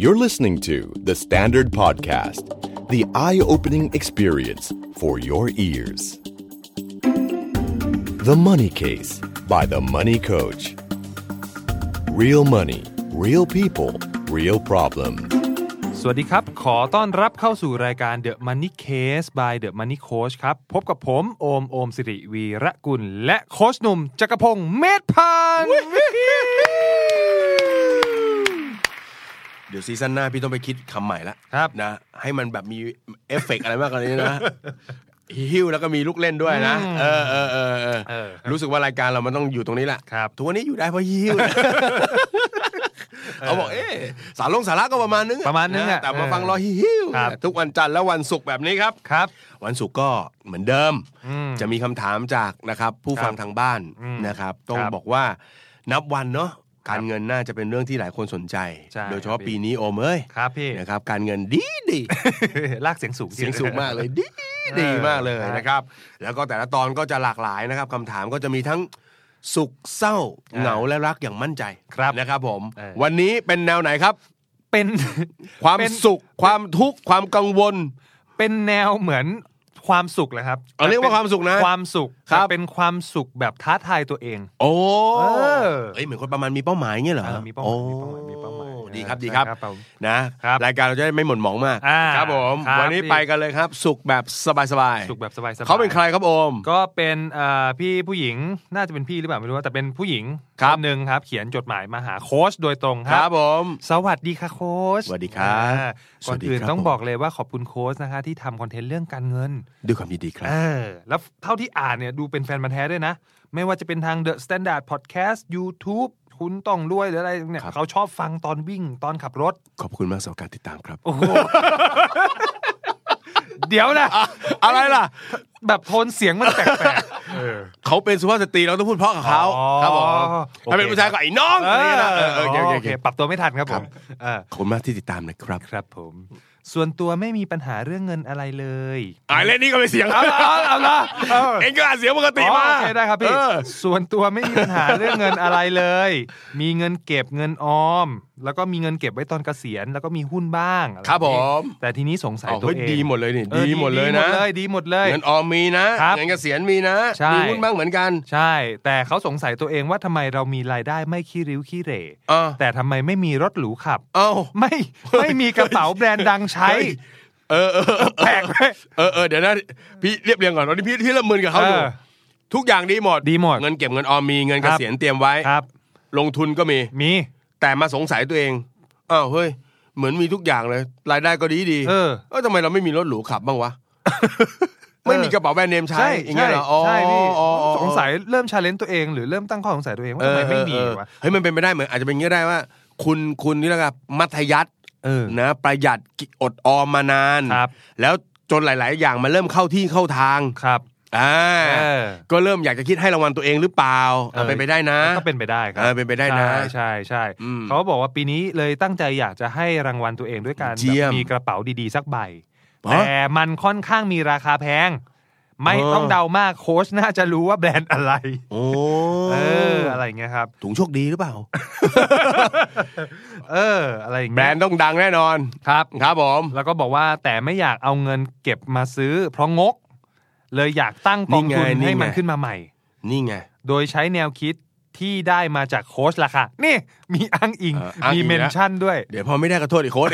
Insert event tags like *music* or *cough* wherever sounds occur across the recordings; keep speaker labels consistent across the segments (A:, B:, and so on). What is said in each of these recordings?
A: You're listening to The Standard Podcast, the eye opening experience for your ears. The Money Case by The Money Coach. Real money, real people, real problem.
B: สวัสดีครับ ขอต้อนรับเข้าสู่รายการ The Money Case by The Money Coach ครับ พบกับผม โอม โอมสิริวีระกุล และโคชหนุ่ม จักรพงศ์เมธพันธ์
C: เดี๋ยวซีซั่นหน้าพี่ต้องไปคิดคำใหม่ละ
B: ครับ
C: นะให้มันแบบมีเอฟเฟกต์อะไรมากกว่านี้นะ
B: *laughs*
C: ฮิ้วแล้วก็มีลูกเล่นด้วยนะ เออเออเออเออ
B: เออ
C: รู้สึกว่ารายการเรามันต้องอยู่ตรงนี้แหละ
B: ครับ
C: ทุกวันนี้อยู่ได้เพราะฮิ้ว เขาบอกเอ๊ะสารลงสาระก็ประมาณนึง
B: ประมาณนึงอะ
C: แต่
B: เอ
C: มา
B: อ
C: ฟังรอฮิ้ว
B: ครับ
C: ทุกวันจันทร์และวันศุกร์แบบนี้ครับ
B: ครับ
C: วันศุกร์ก็เหมือนเดิม
B: อืม
C: จะมีคำถามจากนะครับผู้ฟังทางบ้าน
B: อืม
C: นะครับ ต้อง
B: ครับ
C: บอกว่านับวันเนาะการเงินน่าจะเป็นเรื่องที่หลายคนสนใจ
B: ใช่
C: โดยเฉ
B: ค
C: พาะ
B: รับ
C: ปีนี้โอมเอ้ย
B: ครับพี่
C: นะครับการเงินดีดี
B: ลากเสียงสูง
C: เสียงสูงมากเลยดีดี
B: เออ
C: มากเลย
B: ครับ
C: นะครับ แล้วก็แต่ละตอนก็จะหลากหลายนะครับคำถามก็จะมีทั้งสุขเศร้า
B: อ่า
C: เหงาและรักอย่างมั่นใจ
B: ครับ
C: นะครับผม
B: เออ
C: วันนี้เป็นแนวไหนครับ
B: เป็น
C: ความ
B: เป็น
C: สุขความทุกข์ความกังวล
B: เป็นแนวเหมือนความสุขเลยครับ
C: เอาเรียกว่าความสุขนะ
B: ความสุข
C: ครับ
B: แต่เป็นความสุขแบบท้าทายตัวเอง
C: โอ้
B: เออ
C: เอ้ยเหมือนคนประมาณมีเป้าหมายเงี้ยเหรอ
B: เออมีเป้าหมายมีเป้าหมายมีเป้าหมาย
C: โอ้
B: เออ
C: ดีครับ
B: ใช่
C: ดีครับ
B: ครับผม
C: นะครับ รายการเราจะได้ไม่หม่นหมองมาก
B: อ่า
C: ครับผม
B: ครับ
C: วันนี้
B: พี่
C: ไปกันเลยครับ สุขแบบสบาย
B: สุขแบบสบายๆ
C: เขาเป็นใครครับโอม
B: ก็เป็นเอ่อพี่ผู้หญิงน่าจะเป็นพี่หรือเปล่าไม่รู้ว่าแต่เป็นผู้หญิง
C: ครับ
B: นหนึ่งครับ เขียนจดหมายมาหาโค้ชโดยตรงค
C: ค
B: รั
C: รับ บผม
B: สวัสดีค่ะโค้ช
C: สวัสดีครับ
B: อ่า
C: ส
B: ก่อ
C: วั
B: น
C: สดีครับ
B: อื่นต้องบอกเลยว่าขอบคุณโค้ชนะคะ ที่ทำคอนเทนต์เรื่องการเงิน
C: ด้วยความยินดีครั
B: เอบ อแล้วเท่าที่อ่านเนี่ยดูเป็นแฟนมันธุ์แท้ด้วยนะ ไม่ว่าจะเป็นทาง The Standard Podcast YouTube คุณต้องรวยหรืออะไรเนี่ย
C: ครับ
B: เขาชอบฟังตอนวิ่งตอนขับรถ
C: ขอบคุณมากสำหรับการติดตามครับ
B: โอ้โห *laughs* เดี๋ยวนะ
C: อะไรล่ะ
B: แบบโทนเสียงมันแปลกๆเออ
C: เขาเป็นสุภาพสตรีเราต้องพูดเพราะกับเขา
B: อ๋อ
C: ครับผม
B: โอเค
C: ถ้าเป็นผู้ชายก็ไอ้น้อง
B: เอ
C: อะ
B: อ
C: ไรเงี้ยนะ
B: เอ
C: เอ
B: อ
C: อเออโอเค
B: โอ
C: โอ
B: เค
C: เค
B: ปรับตัวไม่ทันครับผมเออ
C: ขอบคุณมากที่ติดตามนะครับ
B: ครับผม ส่วนตัวไม่มีปัญหาเรื่องเงินอะไรเลย
C: อ่าเล่นนี่ก็เป็นเสียง
B: เอาละเอาละเอาละ
C: เองก็อ่านเสียงปกติมา
B: โอเคได้ครับพี่
C: เออ
B: ส่วนตัวไม่มีปัญหาเรื่องเงินอะไรเลย มีเงินเก็บเงินออม แล้วก็มีเงินเก็บไว้ตอนเกษียณแล้วก็มีหุ้นบ้างอะไ
C: ครับผม
B: แนี้แต่ทีนี้สงสัย
C: เอา
B: ตัว
C: เฮ้ย
B: เอง
C: ดีหมดเลยนี่
B: ออ
C: ดีหมดเลยนะ
B: ดีหมดเลย
C: เงินออมมีนะครับ เงินเกษียณมีนะ
B: ใช่
C: มีหุ้นบ้างเหมือนกัน
B: ใช่ แต่เขาสงสัยตัวเองว่าทำไมเรามีรายได้ไม่ขี้ริ้วขี้เหร่
C: เอ้า
B: แต่ทำไมไม่มีรถหรูขับ
C: *laughs* เอ้า
B: ไม่ไม่มีกระเป๋าแบรนด์ดังใช้
C: เฮ้ยเออเออเออ
B: แปลกไหม
C: เออเออเดี๋ยวนะพี่เรียบเรียงก่อนตอนนี้พี่พี่ละหมืนกับเขาอยู่
B: เออ
C: ทุกอย่างดีหมด
B: ดีหมด
C: เงินเก็บเงินออมมีเงิน
B: ค
C: เก
B: รับ
C: ษียณเตรียมไว้
B: ครับ
C: ลงทุนก็มี
B: มี
C: แต่มาสงสัยตัวเองอ้าวเฮ้ย เหมือนมีทุกอย่างเลย รายได้ก็ดีดี
B: เออ
C: เออทำไมเราไม่มีรถหรูขับบ้างวะ ไม่มีกระเป๋าแบรนด์เนมใช้อย่างเงี้ยเหรออ๋อ
B: ใช่พี่
C: อ๋ออ๋อ
B: สงสัยเริ่มชาเลนจ์ตัวเองหรือเริ่มตั้งข้อสงสัยตัวเองว่าทำไมไม่มี
C: เออเออ
B: วะ
C: เฮ้ยมันเป็นไปได้เหมือนอาจจะเป็นอย่างนี้ก็ได้ว่า คุณคุณนี่แหละครับมัธยัติ
B: เออ
C: นะประหยัดกิอดออมมานาน
B: ครับ
C: แล้วจนหลาย ๆ อย่างมันเริ่มเข้าที่เข้าทาง
B: ครับ
C: อ่า
B: เออ
C: ก็เริ่มอยากจะคิดให้รางวัลตัวเองหรือเปล่าเอาเป็นไปได้นะ
B: ก็เป็นไปได้ครั
C: เออเป็นไปได้นะ
B: ใช่ใช่ใช่
C: อืม
B: เขาบอกว่าปีนี้เลยตั้งใจอยากจะให้รางวัลตัวเองด้วยการ
C: เยี่ย
B: แบ
C: ม
B: บมีกระเป๋าดีๆสักใบ
C: ฮะ
B: แต่มันค่อนข้างมีราคาแพง ไม่
C: เออ
B: ต้องเดามากโค้ชน่าจะรู้ว่าแบรนด์อะไร
C: โอ้
B: เอออะไรอย่างเงี้ยครับ
C: ถุงโชคดีหรือเปล่า
B: เอออะไรอย่าง
C: แบร
B: เงี้ย
C: นด์ต้องดังแน่นอน
B: ครับ
C: ครับผม
B: แล้วก็บอกว่าแต่ไม่อยากเอาเงินเก็บมาซื้อ เพราะงก เลยอยากตั้งกองทุนให้มันขึ้นมาใหม่
C: นี่ไง
B: โดยใช้แนวคิดที่ได้มาจากโค้ชล่ะค่ะ นี่มีอ้างอิง
C: เอออ้างอิง
B: มีเมนชั่นด้วย
C: เดี๋ยวพอไม่ได้ก็โทษอีกโค้ด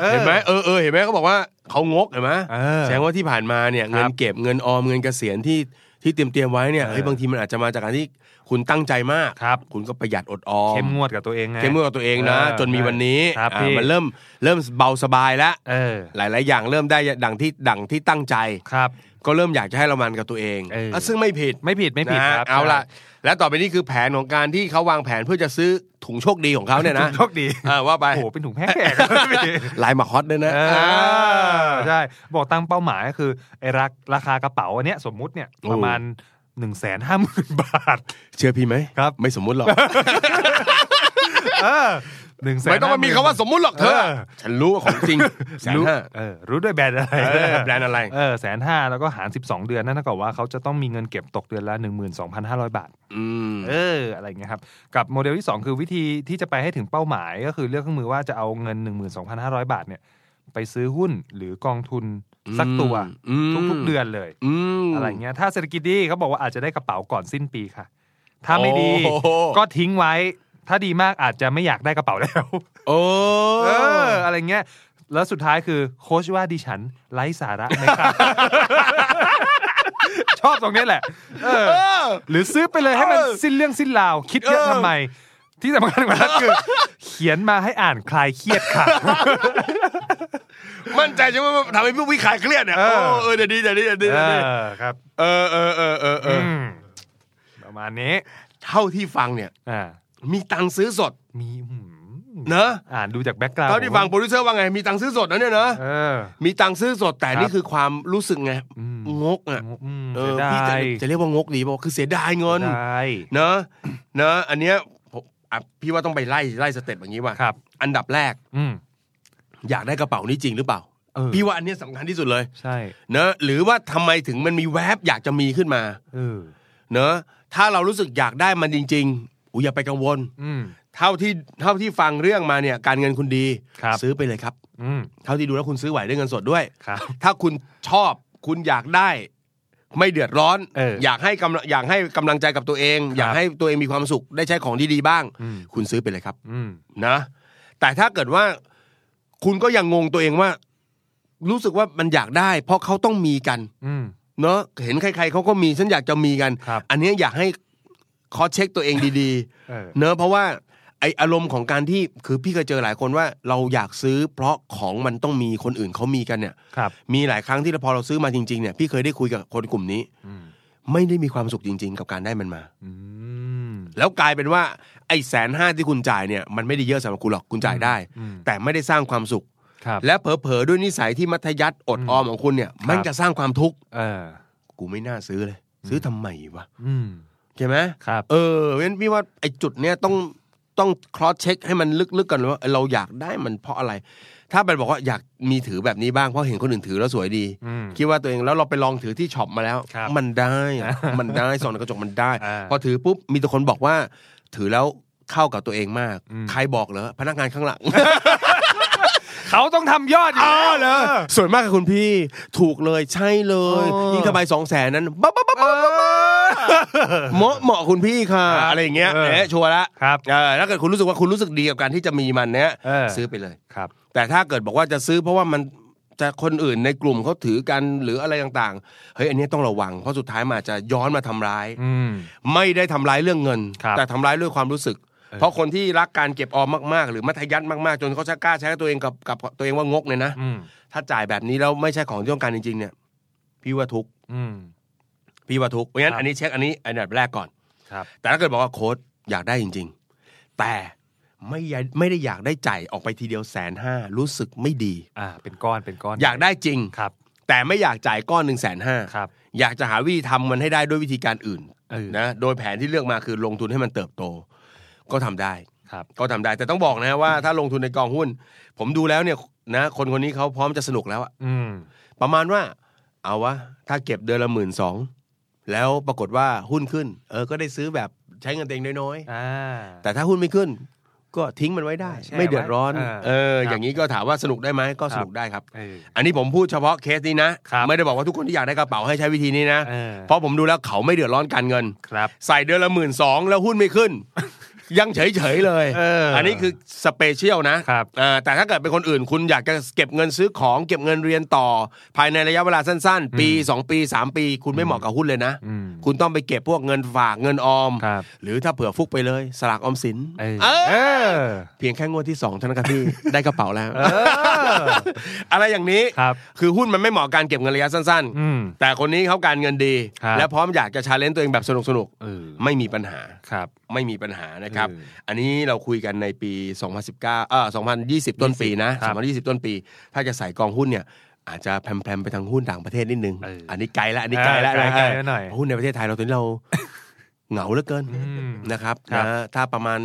B: เออ
C: เห็นไหมเออเออเห็นไหมเขาบอกว่าเขางกเห็นไหม
B: เออ
C: แสดงว่าที่ผ่านมาเนี่ย
B: ครั
C: เงิ
B: บ
C: นเก็บเงินออมเงินเกษียณที่ที่เตรียมเตรียมๆไว้เนี่ย
B: เออ
C: เฮ้ยบางทีมันอาจจะมาจากการที่คุณตั้งใจมาก
B: ครับ
C: คุณก็ประหยัดอดออม
B: เข้มงวดกับตัวเองไง
C: เข้มงวดกับตัวเองนะ
B: เออ
C: จนมีวันนี้
B: ครับพี่
C: อ่ามันเริ่มเริ่มเบาสบายแล้ว
B: เออ
C: หลาย ๆ อย่างเริ่มได้ดังที่ดังที่ตั้งใจ
B: ครับ
C: ก็เริ่มอยากจะให้รางวัลกับตัวเอง
B: เอออ่
C: ะซึ่งไม่ผิด
B: ไม่ผิดไม่ผิด
C: นะครับ เอาละและต่อไปนี้คือแผนของการที่เขาวางแผนเพื่อจะซื้อถุงโชคดีของเขาเนี่ยนะ
B: โชคดี
C: เออว่าไป
B: โอ้โหเป็นถุงแพง
C: *laughs*
B: แๆ
C: ลายมาฮอตด้วยนะ
B: เออ
C: อ่า
B: ใช่ บอกตั้งเป้าหมายก็คือไอ้ราคราคากระเป๋าอันเนี้ยสมมุติเนี่ย
C: โอ้
B: ประมาณ1นึ่งแสนห้าหมื่นบาท
C: เชื่อพี่ไหม
B: ครับ
C: ไม่สมมุติหรอก
B: เออ หนึ่งแสน
C: ไม่ต้องมามีคำว่าสมมุติหรอกเธอ ฉันรู้ว่าของจริงแสน
B: รู้
C: ห้า
B: เออรู้ด้วยแบรนด์อะไร
C: เออแบรนด์อะไร
B: เออแสนห้าแล้วก็หาร 12 เดือน นั่นเท่ากับว่าเขาจะต้องมีเงินเก็บตกเดือนละ 12,500 บาท
C: อืม
B: เออ อะไรอย่างเงี้ยครับ กับโมเดลที่ 2 คือวิธีที่จะไปให้ถึงเป้าหมาย ก็คือเลือกเครื่องมือว่าจะเอาเงิน 12,500 บาทเนี่ยไปซื้อหุ้นหรือกองทุนสักตัว
C: อืม
B: ทุกๆเดือนเลย
C: อืม
B: อะไรเงี้ยถ้าเศรษฐกิจดีเขาบอกว่าอาจจะได้กระเป๋าก่อนสิ้นปีค่ะ ถ้าไม่ดี
C: โอ้โห
B: ก็ทิ้งไว้ ถ้าดีมากอาจจะไม่อยากได้กระเป๋าแล้ว
C: โอ้
B: เอออะไรเงี้ยแล้วสุดท้ายคือโค้ชว่าดิฉันไร้สาระไหมครับ *laughs* ชอบตรงนี้แหละเออ
C: เออ
B: หรือซื้อไปเลยให้มันสิ้นเรื่องสิ้นราว คิดเยอะ
C: เออ
B: ทำไม ที่สำคัญกว่านั้นคือ เขียนมาให้อ่านคลายเครียดค่ะ
C: มั่นใจใช่ไหมว่าทำให้พี่วิขายเครียดเนี่ย
B: เอ
C: โอ้
B: อ
C: เออเดี๋ยวดีเดี๋ยวดีเดี๋ยวดี
B: เอ
C: เดี๋ยวดี
B: อครับ
C: เออเออเออเออเออ
B: มประมาณนี้
C: เท่าที่ฟังเนี่ย
B: อ่า
C: มีตังค์ซื้อสด
B: มีอืม
C: เนอะ
B: อ่านดูจากแบ็กกราวด์
C: เท่าที่ฟังโปรดิวเซอร์ว่าไงมีตังค์ซื้อสดนะเนี่ยเนอะ
B: เออ
C: มีตังค์ซื้อสดแต่
B: ครับ
C: นี่คือความรู้สึกไง
B: อืม
C: งกอ่ะ
B: อืม
C: เอ
B: เสี
C: อย
B: ดา
C: พี่จะ
B: ย
C: จะเรียกว่างกดีป่ะคือเสียดายเงิน
B: เสียดาย
C: เนอะเนอะอันเนี้ยผมอ่ะพี่ว่าต้องไปไล่ไล่สเต็ปอย่างนี้ว่า
B: ครับ
C: อันดับแรก
B: อืม
C: อยากได้กระเป๋านี้จริงหรือเปล่า
B: เออ
C: พี่ว่าอันเนี้ยสำคัญที่สุดเลย
B: ใช่
C: เนอะหรือว่าทำไมถึงมันมีแวบอยากจะมีขึ้นมา
B: เออ
C: เนอะถ้าเรารู้สึกอยากได้มันจริงๆอุ้ยอย่าไปกังวล
B: อืม
C: เท่าที่เท่าที่ฟังเรื่องมาเนี่ยการเงินคุณดี
B: ครับ
C: ซื้อไปเลยครับ
B: อืม
C: เท่าที่ดูแล้วคุณซื้อไหวด้วยเงินสดด้วย
B: ครับ
C: ถ้าคุณชอบคุณอยากได้ ไม่เดือดร้อน
B: เอออย
C: ากให้กำลังอยากให้กำลังใจกับตัวเอง
B: ครับ
C: อยากให้ตัวเองมีความสุขได้ใช้ของดีๆบ้าง
B: อืม
C: คุณซื้อไปเลยครับ
B: อืม
C: นะ แต่ถ้าเกิดว่า คุณก็ยังงงตัวเองว่า รู้สึกว่ามันอยากได้ เพราะเขาต้องมีกัน
B: อืม
C: เนอะเห็นใคร ๆเขาก็มีฉันอยากจะมีกัน
B: ครับ
C: อันเนี้ยอยากให้คอเช็คตัวเองดี
B: เออ
C: ๆ เนอะเพราะว่าไออารมณ์ของการที่คือพี่เคยเจอหลายคนว่า เราอยากซื้อ เพราะของมันต้องมีคนอื่นเขามีกันเนี่ย
B: ครับ
C: มีหลายครั้งที่พอเราซื้อมาจริงๆเนี่ยพี่เคยได้คุยกับคนกลุ่มนี้
B: อืม
C: ไม่ได้มีความสุขจริง ๆ กับการได้มันมา
B: อืม
C: แล้วกลายเป็นว่าไอ้แสนห้าที่คุณจ่ายเนี่ยมันไม่ได้เยอะสำหรับคุณหรอกคุณจ่ายได้
B: อืม
C: แต่ไม่ได้สร้างความสุข
B: ครับ
C: และเผลอๆด้วยนิสัยที่มัธยัติอดออมของคุณเนี่ย มันจะสร้างความทุกข์
B: เออ
C: กูไม่น่าซื้อเลย ซื้อทำไมวะ
B: อืม
C: ใช่ไหม
B: ครับ
C: เออเพราะฉะนั้นพี่ว่าไอ้จุดเนี้ยต้องต้องคลอสเช็คให้มันลึกๆกันว่าเออเราอยากได้มันเพราะอะไร ถ้าเป็นบอกว่าอยากมีถือแบบนี้บ้างเพราะเห็นคนอื่นถือแล้วสวยดี
B: อืม
C: คิดว่าตัวเองแล้วเราไปลองถือที่ช็อปมาแล้ว
B: ครับ
C: มันได้อะ
B: *laughs*
C: มันได้ส่องในกระจกมันได้
B: อ่า
C: พอถือปุ๊บมีแต่คนบอกว่า ถือแล้วเข้ากับตัวเองมาก
B: อืม
C: ใครบอกเหรอพนักงานข้างหลัง
B: เขาต้องทำยอดอยู่
C: อ๋อ
B: แล้ว
C: เหรอสวยมากค่ะคุณพี่ถูกเลยใช่เลย
B: อ๋อ
C: ยิ่งทำไมสองแสนนั้น *laughs* บ๊ะบ๊ะบ๊ะบ๊ะบ๊ะเหมาะเหมาะคุณพี่ค่ะ
B: ครับ
C: อะไรอย่างเงี้ย
B: เออ
C: เอ๊ะชัวร์ละ
B: ครับ
C: เออถ้าเกิดคุณรู้สึกว่าคุณรู้สึกดีกับการที่จะมีมันเนี้ย
B: เออ
C: ซื้อไปเลย
B: ครับ
C: แต่ถ้าเกิดบอกว่าจะซื้อเพราะว่ามันจะคนอื่นในกลุ่มเขาถือกันหรืออะไรต่างๆ เฮ้ยอันนี้ต้องระวัง เพราะสุดท้ายมันอาจจะย้อนมาทำร้าย
B: อืม
C: ไม่ได้ทำร้ายเรื่องเงิน
B: ครับ
C: แต่ทำร้ายด้วยความรู้สึก
B: ออ
C: เพราะคนที่รักการเก็บออมมากๆ หรือมัธยัสถ์มากๆ จนเขาชักกล้าใช้ตัวเองกับกับตัวเองว่างกเนี่ยนะ
B: อืม
C: ถ้าจ่ายแบบนี้แล้วไม่ใช่ของที่ต้องการจริงๆเนี่ย พี่ว่าทุกข์
B: อืม
C: พี่ว่าทุกข์เพราะฉะนั้
B: ครับ
C: นอันนี้เช็คอันนี้อันดับแรกก่อน
B: ครับ
C: แต่ถ้าเกิดบอกว่าโค้ดอยากได้จริง ๆ แต่ไม่อยากไม่ได้อยากได้จ่ายออกไปทีเดียวแสนห้ารู้สึกไม่ดี
B: อ่า เป็นก้อนเป็นก้อน
C: อยากได้จริง
B: ครับ
C: แต่ไม่อยากจ่ายก้อนหนึ่งแสนห้า
B: ครับ
C: อยากจะหาวิธีทำมันให้ได้ด้วยวิธีการอื่น
B: เออ
C: นะโดยแผนที่เลือกมาคือลงทุนให้มันเติบโต ก็ทำได้
B: ครับ
C: ก็ทำได้แต่ต้องบอกนะว่าถ้าลงทุนในกองหุ้น ผมดูแล้วเนี่ยนะคนคนนี้เขาพร้อมจะสนุกแล้วอะ
B: อืม
C: ประมาณว่าเอาวะถ้าเก็บเดือนละหมื่นสองแล้วปรากฏว่าหุ้นขึ้น เออก็ได้ซื้อแบบใช้เงินตัวเองน้อย
B: อ่า
C: ๆแต่ถ้าหุ้นไม่ขึ้น ก็ทิ้งมันไว้ได้
B: แช่
C: ไม่เดือดร้อน
B: ไว้อ่า
C: เออ
B: ครับ
C: อย่างนี้ก็ถามว่าสนุกได้ไหมก็สนุกได้ครับ
B: เออ
C: อันนี้ผมพูดเฉพาะเคสนี้นะ
B: ครับ
C: ไม่ได้บอกว่าทุกคนที่อยากได้กระเป๋าให้ใช้วิธีนี้นะ
B: เออ
C: เพราะผมดูแล้วเขาไม่เดือดร้อนการเงิน
B: ครับ
C: ใส่เดือนละหมื่นสองแล้วหุ้นไม่ขึ้น ยังเฉยๆเลย
B: เอออั
C: นนี้คือสเปเชียลนะครับเอ่อแต่ถ้าเกิดเป็นคนอื่น คุณอยากจะเก็บเงินซื้อของ เก็บเงินเรียนต่อ ภายในระยะเวลาสั้น ๆ ปี 2 ปี 3 ปี คุณไม่เหมาะกับหุ้นเลยนะ
B: อืม
C: คุณต้องไปเก็บพวกเงินฝากเงินออม
B: ครับ
C: หรือถ้าเผื่อฟุกไปเลย สลากออมสิน
B: เออ
C: เออ
B: เออ
C: เพียงแค่งวดที่สองเท่านั้นครับ
B: *laughs*
C: พี่ ได้กระเป๋าแล้ว
B: เออ
C: *laughs* อะไรอย่างนี้
B: ครับ
C: คือหุ้นมันไม่เหมาะกับการเก็บเงินระยะสั้น
B: อืม
C: ๆ แต่คนนี้เขาการเงินดี
B: ครับ
C: และพร้อมอยากจะชาเลนจ์ตัวเองแบบสนุกสนุก
B: เออ
C: ๆไม่มีปัญหา
B: ครับ
C: ไม่มีปัญหานะครับ
B: เออ
C: อันนี้เราคุยกันในปี 2019เอ่อ2020 ต้นปีนะครับ 2020 ต้นปี ถ้าจะใส่กองหุ้นเนี่ย อาจจะแพรมๆไปทางหุ้นต่างประเทศนิดนึง
B: เอออั
C: อันนี้ไกลละอันนี้ไกลละ
B: เออไกล
C: นะ
B: ไกลไว้หน่อย
C: เพราะหุ้นในประเทศไทยเราตอนนี้เรา เหงาเหลือเกิน
B: อืม
C: นะครับ
B: ครับ
C: นะถ้าประมาณ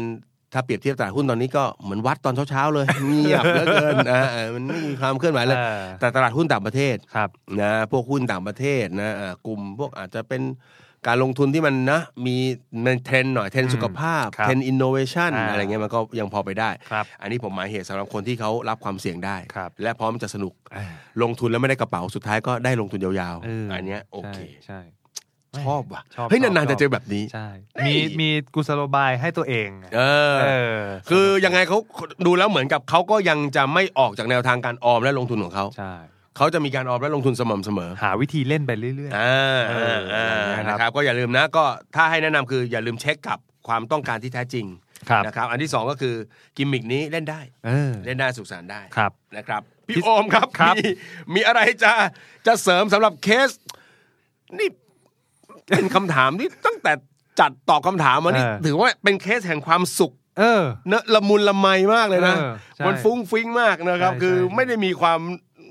C: ถ้าเปรียบเทียบตลาดหุ้นตอนนี้ก็เหมือนวัดตอนเช้าๆเลย เงียบเหลือเกินอ่าอ่ามันไม่มีความเคลื่อนไหวเลย
B: เออ
C: แต่ตลาดหุ้นต่างประเทศ
B: ครับ
C: นะพวกหุ้นต่างประเทศนะอ่ากลุ่มพวกอาจจะเป็นการลงทุนที่มันนะ มีมันเทรนด์หน่อยเทรนด์สุขภาพ
B: อืมครับ
C: เทรนด์อินโนเวชัน
B: อ่า
C: อะไรเงี้ยมันก็ยังพอไปได้
B: ครับ
C: อันนี้ผมหมายเหตุสำหรับคนที่เขารับความเสี่ยงได้
B: ครับ
C: และพร้อมจะสนุกลงทุนแล้วไม่ได้กระเป๋าสุดท้ายก็ได้ลงทุนยาว
B: เอออั
C: อันเนี้ยโอเค
B: ใช่
C: ชอบว่ะ
B: ชอบ
C: เฮ้ย
B: ชอบ
C: นานๆจะ
B: ชอบ
C: เจอแบบนี้
B: ใช่
C: เฮ้ย
B: มีมีกุศโลบายให้ตัวเอง
C: เออ
B: เออ
C: คือยังไงเขาดูแล้วเหมือนกับเขาก็ยังจะไม่ออกจากแนวทางการออมและลงทุนของเขา
B: ใช่
C: เขาจะมีการออมและลงทุนสม่ำเสมอ
B: หาวิธีเล่นไปเรื่อย
C: อ่าอ่าอ่า
B: เออ
C: นะครับก็อย่าลืมนะก็ถ้าให้แนะนำคืออย่าลืมเช็คกับความต้องการที่แท้จริง
B: ๆ ครับ
C: นะครับ อันที่สองก็คือกิมมิกนี้เล่นได้
B: เออ
C: เล่นได้สุขสันต์ได้
B: ครับ
C: นะครับ
B: ที่
C: พี่โอมครับ
B: ครับ
C: มีมีอะไรจะจะเสริมสำหรับเคส นี่เป็นคำถามที่ตั้งแต่จัดตอบคำถามมานี่ถือว่าเป็นเคสแห่งความสุข
B: เออ
C: เนอะละมุนละไมมากเลยนะ
B: เออใช่
C: มันฟุ้งฟิ้งมากนะครับ
B: ใช่
C: คือ
B: ใช่
C: ไม่ได้มีความ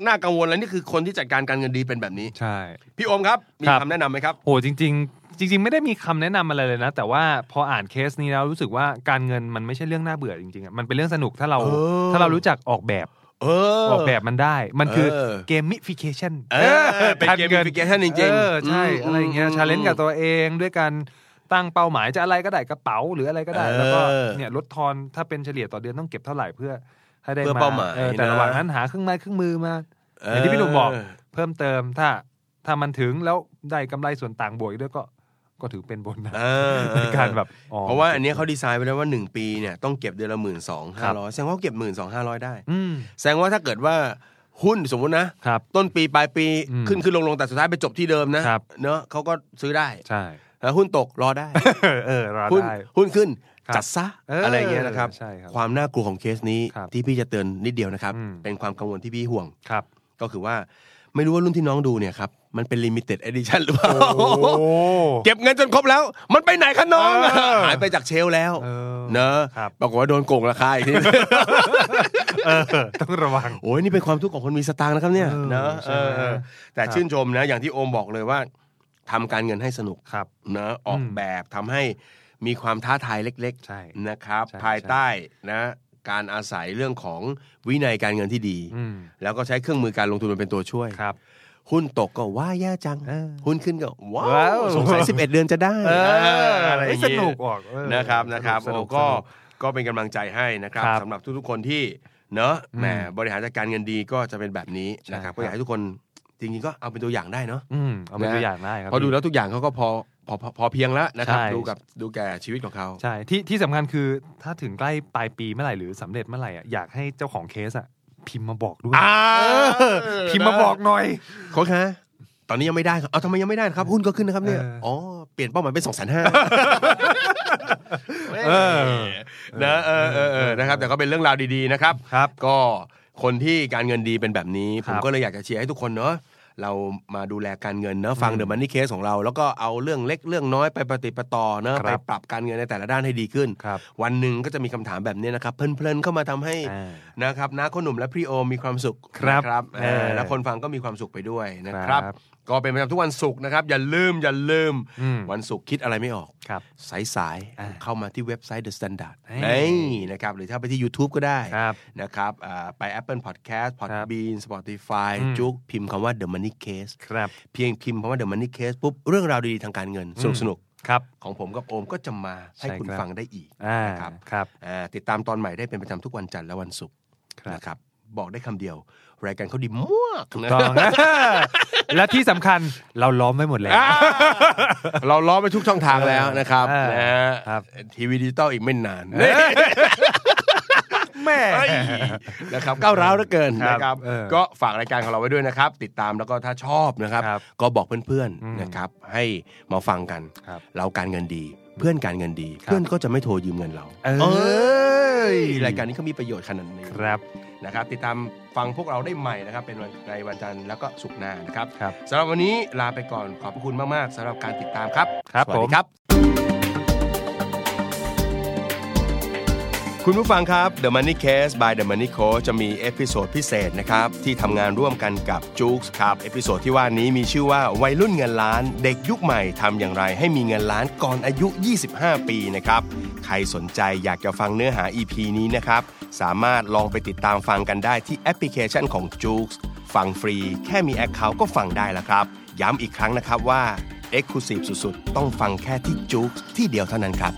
C: น่ากังวลแล้วนี่คือคนที่จัดการการเงินดีเป็นแบบนี้
B: ใช่
C: พี่โอมครับ มี
B: ครับ
C: คำแนะนำไหมครับ
B: โหจริง ๆ จริง ๆ ไม่ได้มีคำแนะนำอะไรเลยนะ แต่ว่าพออ่านเคสนี้แล้วรู้สึกว่าการเงินมันไม่ใช่เรื่องน่าเบื่อจริงๆอะมันเป็นเรื่องสนุกถ้าเรา
C: เออ
B: ถ้าเรารู้จักออกแบบ
C: เออ
B: ออกแบบมันได้ มันคือ
C: เออ
B: เกมมิฟิเคชัน
C: เออเป็น gamification จริงๆ
B: เออใช่
C: อืม
B: อะไรอย่างเงี้ย
C: อืม
B: ชาเลนจ์กับตัวเองด้วยการตั้งเป้าหมายจะอะไรก็ได้กระเป๋าหรืออะไรก็ได้
C: เออ
B: แล้วก็เนี่ยลดทอนถ้าเป็นเฉลี่ยต่อเดือนต้องเก็บเท่าไหร่เพื่อให้ได้
C: เพื่อเป้าหมาย
B: ออแต่ระหว่าง
C: นะ
B: นั้นหาเครื่องไม้เครื่องมือมา อย่างที่พี่หนุ่มบอก เพิ่มเติมถ้าถ้ามันถึงแล้วได้กำไรส่วนต่างบวกอีกด้วยก็ก็ถือเป็นโบนนะ
C: เออเออ
B: ในการแบบอ๋อ
C: เพราะว่าอันเนี้ยเขาดีไซน์ไปแล้วว่า 1 ปีเนี่ยต้องเก็บเดือนละหมื่นสอง
B: ครั
C: ห้า
B: บ
C: ร้อยแสดงว่าเขาเก็บหมื่นสองห้าร้อยได้
B: อืม
C: แสดงว่าถ้าเกิดว่าหุ้นสมมตินะ
B: ครับ
C: ต้นปีปลายปี
B: อืม
C: ขึ้นขึ้นลงลงแต่สุดท้ายไปจบที่เดิมนะครับ เนอะเขาก็ซื้อได้
B: ใช่
C: แล้วหุ้นตกรอได้
B: เออเออรอ
C: หุ้น
B: ได้
C: หุ้นขึ้น
B: ครับ
C: จัดซะ
B: เอออ
C: อะไรอย่างเงี้ยนะครับ
B: ใช่ครับ
C: ความน่ากลัวของเคสนี้
B: ครับ
C: ที่พี่จะเตือนนิดเดียวนะครับ
B: อืม
C: เป็นความกังวลที่พี่ห่วง
B: ครับ
C: ก็คือว่าไม่รู้ว่ารุ่นที่น้องดูเนี่ยครับ มันเป็นลิมิเต็ดเอดิชันหรือเปล่า เก็บเงินจนครบแล้ว มันไปไหนคะน้อง
B: เออ
C: หายไปจากเชลฟ์แล้ว
B: เออ
C: เนอะ
B: ครับ
C: ปรากฏว่าโดนโกงราคาอีกที
B: เออต้องระวัง
C: โอ้ยนี่เป็นความทุกข์ของคนมีสตางค์นะครับเนี่ย
B: เออ
C: เนอะ
B: ใช่ไหม
C: เออแต่ชื่นชมนะ อย่างที่โอมบอกเลยว่าทำการเงินให้สนุก
B: ครับ
C: นะออก
B: อืม
C: แบบทำให้มีความท้าทายเล็ก
B: ใช่
C: ๆนะครับ
B: ใช่
C: ภาย
B: ใช่
C: ใต้นะการอาศัยเรื่องของวินัยการเงินที่ดี
B: อืม
C: แล้วก็ใช้เครื่องมือการลงทุนมันเป็นตัวช่วย
B: ครับ
C: หุ้นตกก็ว่าแย่จัง
B: เออ
C: หุ้นขึ้นก็ ว้า
B: ว้าว ว
C: สงสัย 11 เดือนจะได้
B: เออ
C: อะ
B: อะไร
C: อย่าง
B: ส
C: เงี้ย
B: นุกออกเออ
C: นะครับนะครับ
B: ส
C: โอ้
B: นุสนุ
C: ก็ก็เป็นกำลังใจให้นะครับ
B: ครับ
C: สำหรับทุกๆคนที่เนอะแหม
B: อืม
C: บริหารจัดการเงินดีก็จะเป็นแบบนี้
B: ใช่
C: นะครับ
B: ครับ
C: ก็อยากให้ทุกคนจริงๆก็เอาเป็นตัวอย่างได้เนอะ
B: อืมเอาเป็น
C: นะ
B: ตัวอย่างได้ครับ
C: พอดูแล้วทุกอย่างเขาก็พอพอพอพอเพียงแล้วนะครับ
B: ใช่
C: ดูกับดูแก่ชีวิตของเขา
B: ใช่ที่ที่สำคัญคือถ้าถึงใกล้ปลายปีเมื่อไหร่หรือสำเร็จเมื่อไหร่อะอยากให้เจ้าของเคสอะพิมพ์มาบอกด้วย
C: อ่า
B: เออพิมพ์มาบอกหน่อย
C: โค้ชฮะตอนนี้ยังไม่ได้ครับเอาทำไมยังไม่ได้ครับ หุ้นก็ขึ้นนะครับเนี่ย
B: เอออ๋
C: อ๋อเปลี่ยนเป้าหมายเป็นสองแสนห้า
B: เออ
C: นะเออเออเออนะครับ แต่ก็เป็นเรื่องราวดีๆนะครับ
B: ครับ
C: ก็คนที่การเงินดีเป็นแบบนี้
B: ค
C: ผ
B: รับ
C: มก็เลยอยากจะเชียร์ให้ทุกคนเนาะเรามาดูแลการเงินเนาะฟังเดอะมันนี่เคสของเรา แล้วก็เอาเรื่องเล็กเรื่องน้อยไปปฏิปต่อเนาะ
B: ครับ
C: ไปปรับการเงินในแต่ละด้านให้ดีขึ้น
B: ครับ
C: วันหนึ่งก็จะมีคำถามแบบนี้นะครับ เพลินๆเข้ามาทำให้ นะครับน้าคนหนุ่มและพี่โอมีความสุข
B: ครับ
C: นะ
B: เออ
C: เออและคนฟังก็มีความสุขไปด้วยนะค
B: ครั
C: รับ
B: บ
C: ก็เป็นประจำทุกวันศุกร์นะครับ อย่าลืมอย่าลืม
B: อืม
C: วันศุกร์คิดอะไรไม่ออก
B: ครับ
C: สายๆ
B: อ่า
C: เข้ามาที่เว็บไซต์ The Standard
B: เอ้ย
C: นี่นะครับ หรือถ้าไปที่ YouTube ก็ได้
B: ครับ
C: นะครับอ่าไป Apple Podcast
B: ครับ
C: Podbean Spotify
B: อืม
C: จุกพิมพ์คำว่า The Money Case
B: ครับ
C: เพียงพิมพ์คำว่า The Money Case ปุ๊บ เรื่องราวดี ๆ ทางการเงิน สนุก
B: ครับ
C: ๆของผมกับโอมก็จะมาให้
B: ใช่
C: คุณ
B: ครับ
C: ฟังได้อีก
B: อ่า
C: นะค
B: ค
C: รั
B: รับ บครับ
C: อ่าติดตามตอนใหม่ได้เป็นประจำทุกวันจันทร์และวันศุกร์
B: ครับ
C: นะครับบอกได้คำเดียว รายการเขาดีมากนะ
B: ต่อนะ *laughs* และที่สำคัญเราล้อมไว้หมดแล้ว
C: อ่าเราล้อไปทุกช่องทางแล้วนะครับ
B: เออ
C: นะครับ ทีวีดิจิตอลอีกไม่นาน
B: แม่
C: เอ้ยนะครับก้าวร้าวเหลือเกิน
B: ครับ
C: นะครับ
B: เออ
C: ก็ฝากรายการของเราไว้ด้วยนะครับ ติดตามแล้วก็ถ้าชอบนะครับ
B: ครับ
C: ก็บอกเพื่อน
B: อืม
C: ๆนะครับ ให้มาฟังกัน
B: ครับ
C: เราการเงินดี เพื่อนการเงินดี
B: ครับ
C: เพื่อนก็จะไม่โทรยืมเงินเรา
B: เอ้ย
C: เอ้ยรายการนี้เขามีประโยชน์ขนาดนี้
B: ครับ
C: นะครับติดตามฟังพวกเราได้ใหม่นะครับ เป็นวันในวันจันทร์แล้วก็ศุกร์หน้านะครับ
B: ครับ
C: สำหรับวันนี้ลาไปก่อนขอบพระคุณมาก ๆสำหรับการติดตามครับ
B: ครับ
C: สวัส
B: ผ
C: ดี
B: ม
C: ครับ คุณผู้ฟังครับ The Money Case by The Money Coach จะมีเอพิโซดพิเศษนะครับ ที่ทำงานร่วมกันกับจู๊กครับ เอพิโซดที่ว่านี้มีชื่อว่าวัยรุ่นเงินล้าน เด็กยุคใหม่ทำอย่างไรให้มีเงินล้านก่อนอายุ 25 ปีนะครับ ใครสนใจอยากจะฟังเนื้อหา EP นี้นะครับ สามารถลองไปติดตามฟังกันได้ที่แอปพลิเคชันของจู๊กฟังฟรี แค่มีแอคเคาท์ก็ฟังได้แล้วครับ ย้ำอีกครั้งนะครับว่า Exclusive สุดๆ ต้องฟังแค่ที่จู๊กที่เดียวเท่านั้นครับ